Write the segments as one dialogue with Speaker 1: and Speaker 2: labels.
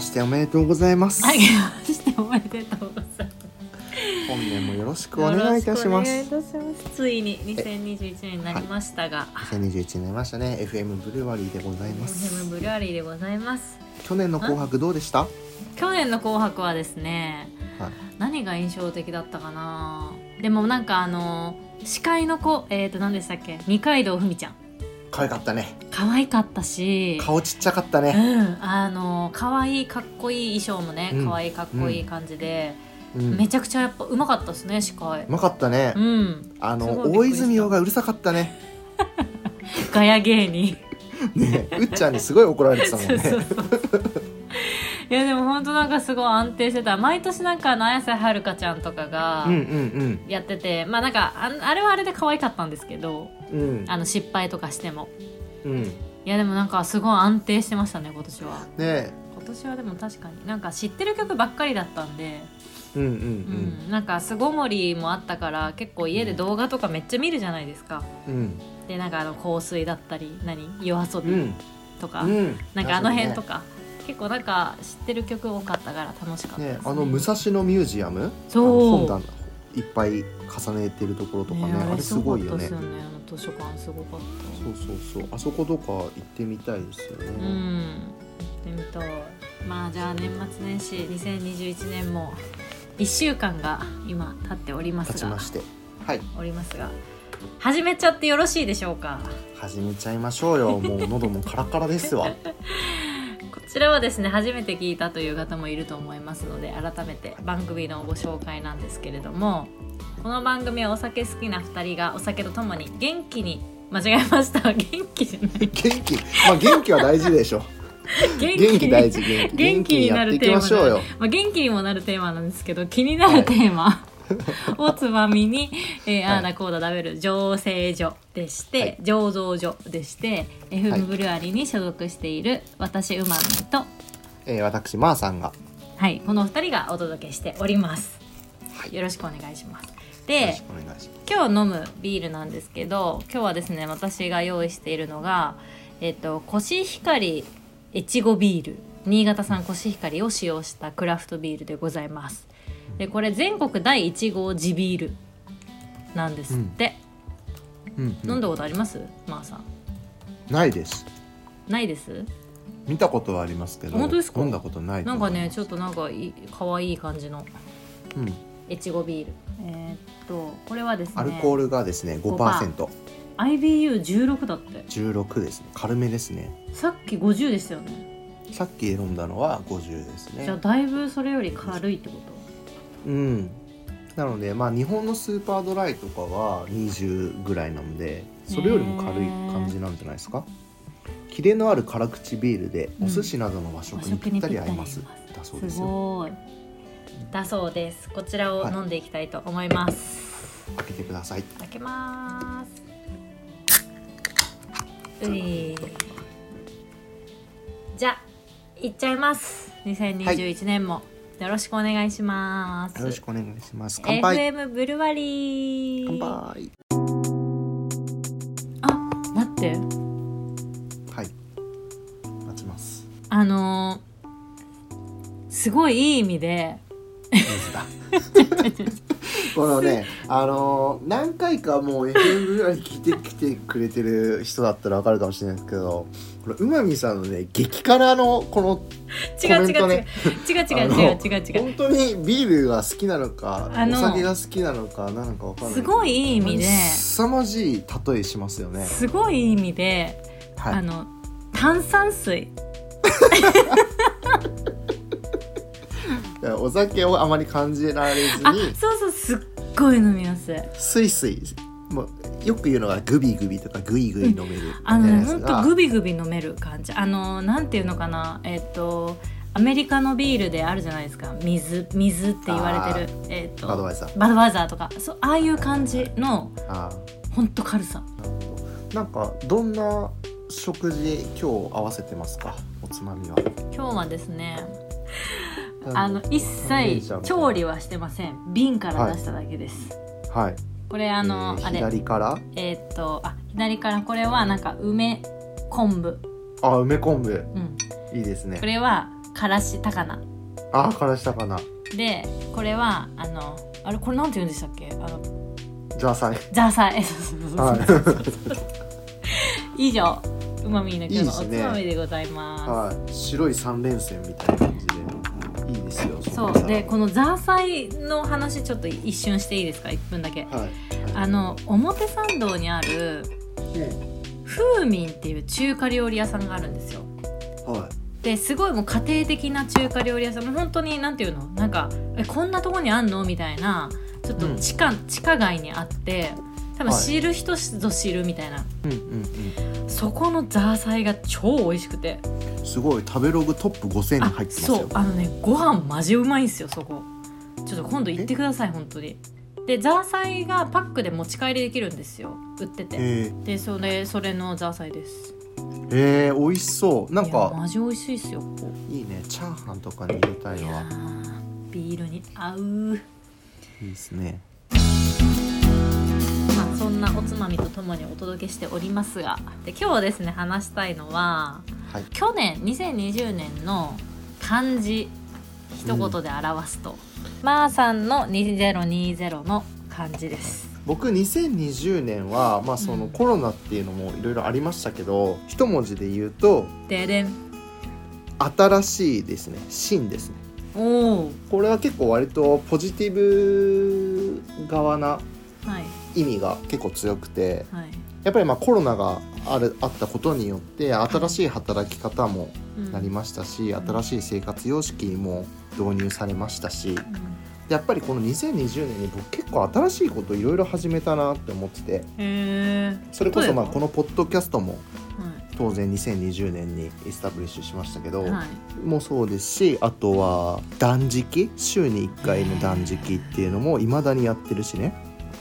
Speaker 1: しておめでとうございます、
Speaker 2: あげましておめでとうございます
Speaker 1: 本年もよろしくお願いいたしま
Speaker 2: よ
Speaker 1: す
Speaker 2: ろしくお願いいたしますついに2021年になりましたが、
Speaker 1: 2021年になりましたね FM ブルワリーでございま
Speaker 2: ヘム
Speaker 1: す
Speaker 2: ブルアリーでございます
Speaker 1: 去年の紅白どうでしたは
Speaker 2: 去年の紅白はですね何が印象的だったかなでもなんかあの司会の子えっ、ー、と何でしたっけ二階堂ふみちゃん
Speaker 1: い可愛かったね
Speaker 2: 可愛かったし
Speaker 1: 顔ちっちゃかった
Speaker 2: う
Speaker 1: ね
Speaker 2: ん、あの可愛いかっこいい衣装もね
Speaker 1: うん
Speaker 2: 可愛いかっこいい感じで、
Speaker 1: うん
Speaker 2: めちゃくちゃやっぱうまかったですね司会
Speaker 1: う、まかったね
Speaker 2: うん、
Speaker 1: あ
Speaker 2: す
Speaker 1: の
Speaker 2: ご
Speaker 1: 大
Speaker 2: いびっくりした
Speaker 1: 泉洋がうるさかったね
Speaker 2: ガヤ芸人
Speaker 1: ねうっちゃんにすごい怒られてたもん
Speaker 2: そう
Speaker 1: ね
Speaker 2: そうそう いやでも本当なんかすごい安定してた毎年なんか綾瀬はるかちゃんとかが
Speaker 1: うんうん
Speaker 2: やってて、まあなんかああれはあれで可愛かったんですけど
Speaker 1: うんうん
Speaker 2: あの失敗とかしても
Speaker 1: うん
Speaker 2: いやでもなんかすごい安定してましたね今年は
Speaker 1: ね
Speaker 2: 今年はでも確かになんか知ってる曲ばっかりだったんで、
Speaker 1: うんうん
Speaker 2: うんなんか巣ごもりもあったから結構家で動画とかめっちゃ見るじゃないですか、
Speaker 1: うんうん
Speaker 2: でなんかあの香水だったり何夜遊
Speaker 1: う
Speaker 2: び
Speaker 1: ん
Speaker 2: とか、
Speaker 1: うん
Speaker 2: なんかあの辺と
Speaker 1: か
Speaker 2: か、結構なんか知ってる曲多かったから楽しかったです、
Speaker 1: ねあの武蔵野ミュージアム
Speaker 2: そう
Speaker 1: あの本棚いっぱい重ねてるところとかね
Speaker 2: ね
Speaker 1: あれすごいよね
Speaker 2: あれす
Speaker 1: そ
Speaker 2: ご
Speaker 1: う
Speaker 2: かったですよねあの図書館すごかった
Speaker 1: そうそうあそことか行ってみたいですよね、
Speaker 2: うん行ってみたいまあじゃあ年末年始2021年も1週間が今経っております
Speaker 1: 立ち
Speaker 2: が
Speaker 1: ましてはい
Speaker 2: おりますが始めちゃってよろしいでしょうか
Speaker 1: 始めちゃいましょう よもう喉もカラカラですわ
Speaker 2: こちらはですね初めて聞いたという方もいると思いますので改めて番組のご紹介なんですけれどもこの番組はお酒好きな2人がお酒とともに元気に間違えました元気じゃない
Speaker 1: 元気まあ元気は大事で しょ 元気大事元気
Speaker 2: 元気にな
Speaker 1: 元気にやっ
Speaker 2: る
Speaker 1: ていきましょうよ
Speaker 2: まあ、元気にもなるテーマなんですけど気になるテーマ をつまみに、え
Speaker 1: は
Speaker 2: ー
Speaker 1: い
Speaker 2: あーだこうだ食べる醸成所でして、
Speaker 1: はい
Speaker 2: 醸造所でして、
Speaker 1: はい
Speaker 2: FM ブルアリーに所属している私うまみと、
Speaker 1: えー、私まー、さんが
Speaker 2: はい、この2人がお届けしております。
Speaker 1: はい
Speaker 2: よろしくお願いします。
Speaker 1: よろ
Speaker 2: で
Speaker 1: しくお願いしま
Speaker 2: 今日飲むビールなんですけど今日はですね私が用意しているのが、えっとコシヒカリ越後ビール新潟産コシヒカリを使用したクラフトビールでございますでこれ全国第1号地ビールなんですって、
Speaker 1: す、うんうん
Speaker 2: 飲んだことありますまー、さん
Speaker 1: ないです
Speaker 2: ないです
Speaker 1: 見たことはありますけど
Speaker 2: 本当ですか
Speaker 1: 飲んだことないと
Speaker 2: なん
Speaker 1: 思
Speaker 2: か
Speaker 1: います
Speaker 2: ねちょっとなんかいい可愛い感じの
Speaker 1: うん、
Speaker 2: 越後ビールえーっとこれはですね
Speaker 1: アルコールがですね 5%16
Speaker 2: IBU16 だって
Speaker 1: ですね軽めですね
Speaker 2: さっき50でしたよね
Speaker 1: さっき飲んだのは50です
Speaker 2: じゃあ
Speaker 1: ね
Speaker 2: だいぶそれより軽いってこと
Speaker 1: うんなのでまあ日本のスーパードライとかは20ぐらいなのでそれよりも軽い感じなんじゃないですかキレのある辛口ビールで
Speaker 2: うん
Speaker 1: お寿司などの和食にぴったり合います、
Speaker 2: 和食
Speaker 1: だそ
Speaker 2: にぴったり合います
Speaker 1: うです
Speaker 2: す
Speaker 1: よ
Speaker 2: ごいだそうですこちらを飲んでいきたいと思います、
Speaker 1: 開けてください
Speaker 2: 開けますういじゃあいっちゃいます2021年もよろしくお願いします、
Speaker 1: よろしくお願いします乾杯
Speaker 2: FM ブルワリ
Speaker 1: 乾
Speaker 2: ー
Speaker 1: 杯
Speaker 2: 待って
Speaker 1: はい待ちます
Speaker 2: あのーすごいいい意味で
Speaker 1: 水 だこのねあのー何回かもう FM ぐらい聞いてきてくれてる人だったらわかるかもしれないですけどこれうまみさんのね激辛のこの
Speaker 2: 違う違う違う
Speaker 1: コメントね
Speaker 2: 違う違う違う違う違う
Speaker 1: 本当にビールが好きなのか
Speaker 2: あ
Speaker 1: お
Speaker 2: の
Speaker 1: 酒が好きなのかなんかわかんない
Speaker 2: すごいいい意味で
Speaker 1: 凄まじい例えしますよね
Speaker 2: すごいいい意味で、
Speaker 1: は
Speaker 2: あ
Speaker 1: い
Speaker 2: の炭酸水
Speaker 1: いやお酒をあまり感じられず
Speaker 2: あ
Speaker 1: に
Speaker 2: そうそうすっごい飲みやすい
Speaker 1: スイスイもうよく言うのがグビグビとかグイグイ飲めるみた
Speaker 2: あ
Speaker 1: い
Speaker 2: の
Speaker 1: な
Speaker 2: ね
Speaker 1: や
Speaker 2: ほ
Speaker 1: つ
Speaker 2: んと
Speaker 1: が
Speaker 2: グビグビ飲める感じあのなんていうのかなえっ、とアメリカのビールであるじゃないですか水水って言われてるえっ、と
Speaker 1: アドバイザー
Speaker 2: バドワイザーとかそうああいう感じの
Speaker 1: あー
Speaker 2: ほんと軽さ
Speaker 1: なんかどんな食事今日合わせてますかおつまみは
Speaker 2: 今日はですねあの一
Speaker 1: レ
Speaker 2: 切
Speaker 1: ジャーみたいな
Speaker 2: 調理はしてません瓶から出しただけです、
Speaker 1: はい
Speaker 2: これあの、
Speaker 1: えー
Speaker 2: あれ
Speaker 1: 左から
Speaker 2: えーっとあ左からこれはなんか梅昆布、
Speaker 1: あ梅昆布
Speaker 2: うん、
Speaker 1: いいですね
Speaker 2: これはからし高菜
Speaker 1: あーからしたかな
Speaker 2: でこれはあのあれこれなんて言うんでしたっけあの
Speaker 1: ザーサイ
Speaker 2: ザーサイそうそうそうそう 以上うまみーの今日のお
Speaker 1: いい
Speaker 2: つ
Speaker 1: ですね
Speaker 2: まみでございます
Speaker 1: はい、白い三連戦みたいな感じでいいですよ
Speaker 2: そ
Speaker 1: んな
Speaker 2: う
Speaker 1: さ
Speaker 2: でこのザーサイの話ちょっと一瞬していいですか1分だけ
Speaker 1: はい
Speaker 2: あの表参道にある風民っていう中華料理屋さんがあるんですよ
Speaker 1: は
Speaker 2: ですごいもう家庭的な中華料理屋さんもう本当になんていうのなんかえこんなとこにあんのみたいなちょっと地下,、地下街にあって多分
Speaker 1: はい
Speaker 2: 知る人ぞ知るみたいな、
Speaker 1: いうんうん
Speaker 2: そこのザーサイが超美味しくて
Speaker 1: うんすごい食べログトップ5000に入ってますよ
Speaker 2: そうあのねご飯マジうまいんですよそこちょっと今度行ってください本当にでザーサイがパックで持ち帰りできるんですよ売ってて
Speaker 1: え
Speaker 2: でそれそれのザーサイです
Speaker 1: ー、えー、美味しそうなん
Speaker 2: いや
Speaker 1: か
Speaker 2: マジ美味しいですよここ
Speaker 1: いいねチャーハンとかに入れたい
Speaker 2: いや
Speaker 1: のは
Speaker 2: ービールに合う
Speaker 1: いいですね
Speaker 2: まあそんなおつまみとともにお届けしておりますがで今日ですね話したいのは
Speaker 1: はい
Speaker 2: 去年2020年の漢字一言で表すと、まーさんの2020の漢字です
Speaker 1: 僕2020年は、まあ、その
Speaker 2: うん
Speaker 1: コロナっていうのもいろいろありましたけど、一文字で言うと
Speaker 2: ででん
Speaker 1: 新しいですね新ですね
Speaker 2: おお
Speaker 1: これは結構割とポジティブ側な
Speaker 2: はい
Speaker 1: 意味が結構強くて
Speaker 2: はい、
Speaker 1: やっぱりまあコロナがあるあったことによって新しい働き方も
Speaker 2: うん
Speaker 1: なりましたし、
Speaker 2: ん
Speaker 1: 新しい生活様式も導入されましたし
Speaker 2: うん
Speaker 1: やっぱりこの2020年に僕結構新しいこといろいろ始めたなって思ってて
Speaker 2: へえ
Speaker 1: それこそまあ
Speaker 2: 例えば
Speaker 1: このポッドキャストも
Speaker 2: は
Speaker 1: 当然2020年にエスタブリッシュしましたけど、
Speaker 2: い、はい、
Speaker 1: もそうですしあとは断食週に1回の断食っていうのも未だにやってるしね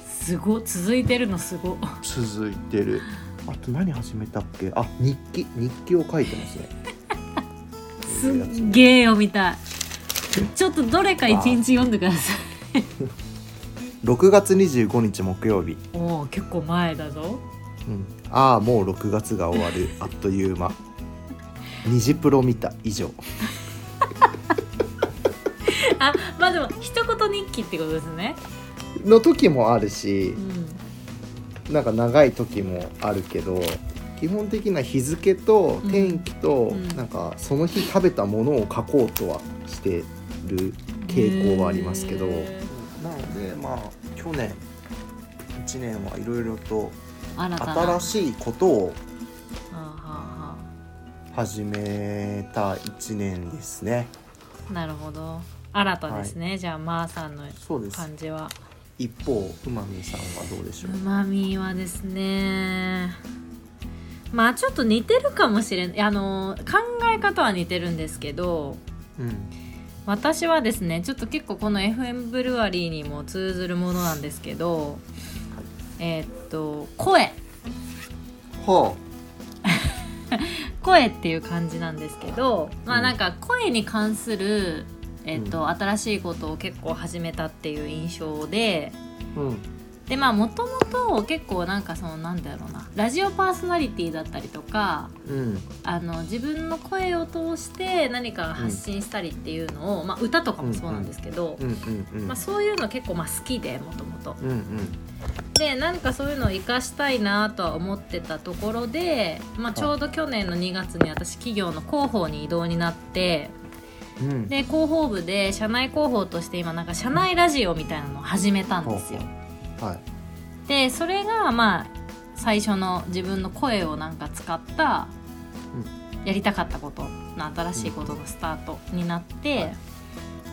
Speaker 2: すご続いてるのすご
Speaker 1: 続いてるあと何始めたっけあ日記日記を書いてますね
Speaker 2: すっげえ読みたいちょっとどれか一日読んでください
Speaker 1: 6月25日木曜日、
Speaker 2: おお結構前だぞ
Speaker 1: うん、ああもう6月が終わるあっという間虹プロ見た以上
Speaker 2: あまあでも一言日記ってことですね
Speaker 1: の時もあるし
Speaker 2: うん
Speaker 1: なんか長い時もあるけど基本的な日付と天気と、
Speaker 2: うんうん
Speaker 1: なんかその日食べたものを書こうとはしてる傾向はありますけど
Speaker 2: へ
Speaker 1: なのでまあ去年1年はいろいろと
Speaker 2: ー新たな
Speaker 1: 新
Speaker 2: い
Speaker 1: しいことを
Speaker 2: はあは
Speaker 1: 始めた1年ですね
Speaker 2: あなるほど新たですね、じゃあまー、さんの
Speaker 1: そうです
Speaker 2: 感じは
Speaker 1: 一方うまみさんはどうでし
Speaker 2: う
Speaker 1: ょう
Speaker 2: まみはですねまあちょっと似てるかもしれないあの考え方は似てるんですけど
Speaker 1: うん
Speaker 2: 私はですねちょっと結構この FM ブルワリーにも通ずるものなんですけど、えーっと声
Speaker 1: は
Speaker 2: 声っていう感じなんですけどま
Speaker 1: う
Speaker 2: あ
Speaker 1: ん
Speaker 2: なんか声に関する、えーっと
Speaker 1: う
Speaker 2: 新しいことを結構始めたっていう印象で。
Speaker 1: あうん
Speaker 2: でまあもともと結構なんかそのなんだろうなラジオパーソナリティだったりとか
Speaker 1: うん
Speaker 2: あの自分の声を通して何か発信したりっていうのを、まあ、歌とかもそうなんですけど、
Speaker 1: うんうんうん
Speaker 2: まあ、そういうの結構まあ好きでもともと。
Speaker 1: うん
Speaker 2: でなんかそういうのを活かしたいなとは思ってたところで、まあ、ちょうど去年の2月に私企業の広報に異動になって
Speaker 1: うんうん
Speaker 2: で広報部で社内広報として今なんか社内ラジオみたいなのを始めたんですよ。
Speaker 1: はい
Speaker 2: でそれがまあ最初の自分の声をなんか使ったやりたかったことの新しいことのスタートになって、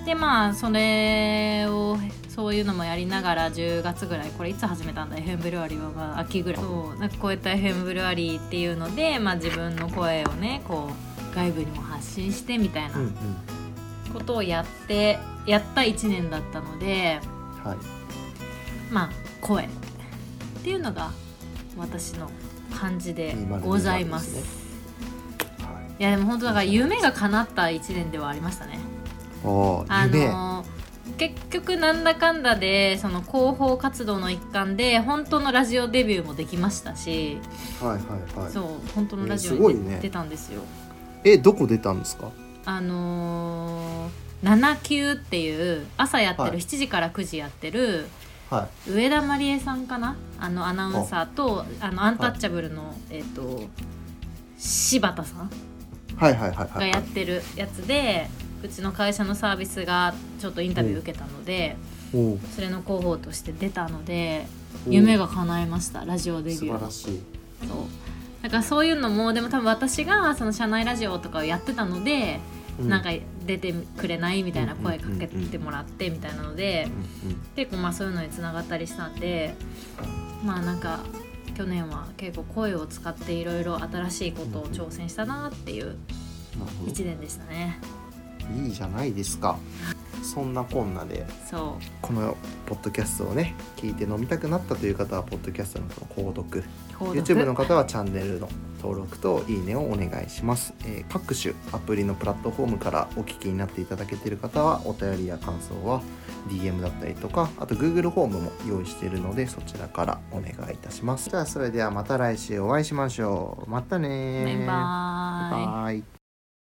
Speaker 2: でまあそれをそういうのもやりながら10月ぐらいこれいつ始めたんだ FM ブルワリーはまあ秋ぐらいそうなんかこういった FM ブルワリーっていうので、まあ、自分の声をねこう外部にも発信してみたいな
Speaker 1: うんうん
Speaker 2: ことをやって、やった1年だったので。
Speaker 1: はい
Speaker 2: まあ声っていうのが私の感じで
Speaker 1: 2020
Speaker 2: ございます。
Speaker 1: ですはい
Speaker 2: いやでも本当だから夢が叶った一年ではありましたね。
Speaker 1: ああ
Speaker 2: あ
Speaker 1: 夢
Speaker 2: の結局なんだかんだでその広報活動の一環で本当のラジオデビューもできましたし、
Speaker 1: はいはいはい
Speaker 2: そう本当のラジオ
Speaker 1: えーすごい
Speaker 2: に
Speaker 1: ね
Speaker 2: 出たんですよ。
Speaker 1: えどこ出たんですか
Speaker 2: あのー、7級っていう朝やってる、
Speaker 1: はい
Speaker 2: 7時から9時やってる
Speaker 1: は
Speaker 2: 上田まりえさんかなあのアナウンサーとあのアンタッチャブルの、えっと柴田さん
Speaker 1: いはいはいはいは
Speaker 2: が
Speaker 1: い
Speaker 2: やってるやつでうちの会社のサービスがちょっとインタビュー受けたので、
Speaker 1: おう
Speaker 2: それの広報として出たので
Speaker 1: おう
Speaker 2: 夢が叶えましたラジオデビ
Speaker 1: 素晴
Speaker 2: ュー
Speaker 1: ら
Speaker 2: の
Speaker 1: しい
Speaker 2: そうだからそういうのもでも多分私がその社内ラジオとかをやってたので、
Speaker 1: う
Speaker 2: なんか出てくれないみたいな
Speaker 1: うんうんうん
Speaker 2: 声かけてもらってみたいなので
Speaker 1: うんうん
Speaker 2: 結構まあそういうのにつながったりしたんでまあなんか去年は結構声を使っていろいろ新しいことを挑戦したなっていう
Speaker 1: なるほ
Speaker 2: 1年でしたね
Speaker 1: どいいじゃないですかそんなこんなで
Speaker 2: そ
Speaker 1: このポッドキャストをね聞いて飲みたくなったという方はポッドキャストの購読
Speaker 2: う購
Speaker 1: YouTube の
Speaker 2: 読
Speaker 1: 方はチャンネルの登録といいねをお願いします、えー各種アプリのプラットフォームからお聞きになっていただけている方はお便りや感想は DM だったりとかあと Google フォームも用意しているのでそちらからお願いいたしますじゃあそれではまた来週お会いしましょうまたね
Speaker 2: バイ
Speaker 1: ー
Speaker 2: バーイ
Speaker 1: バイ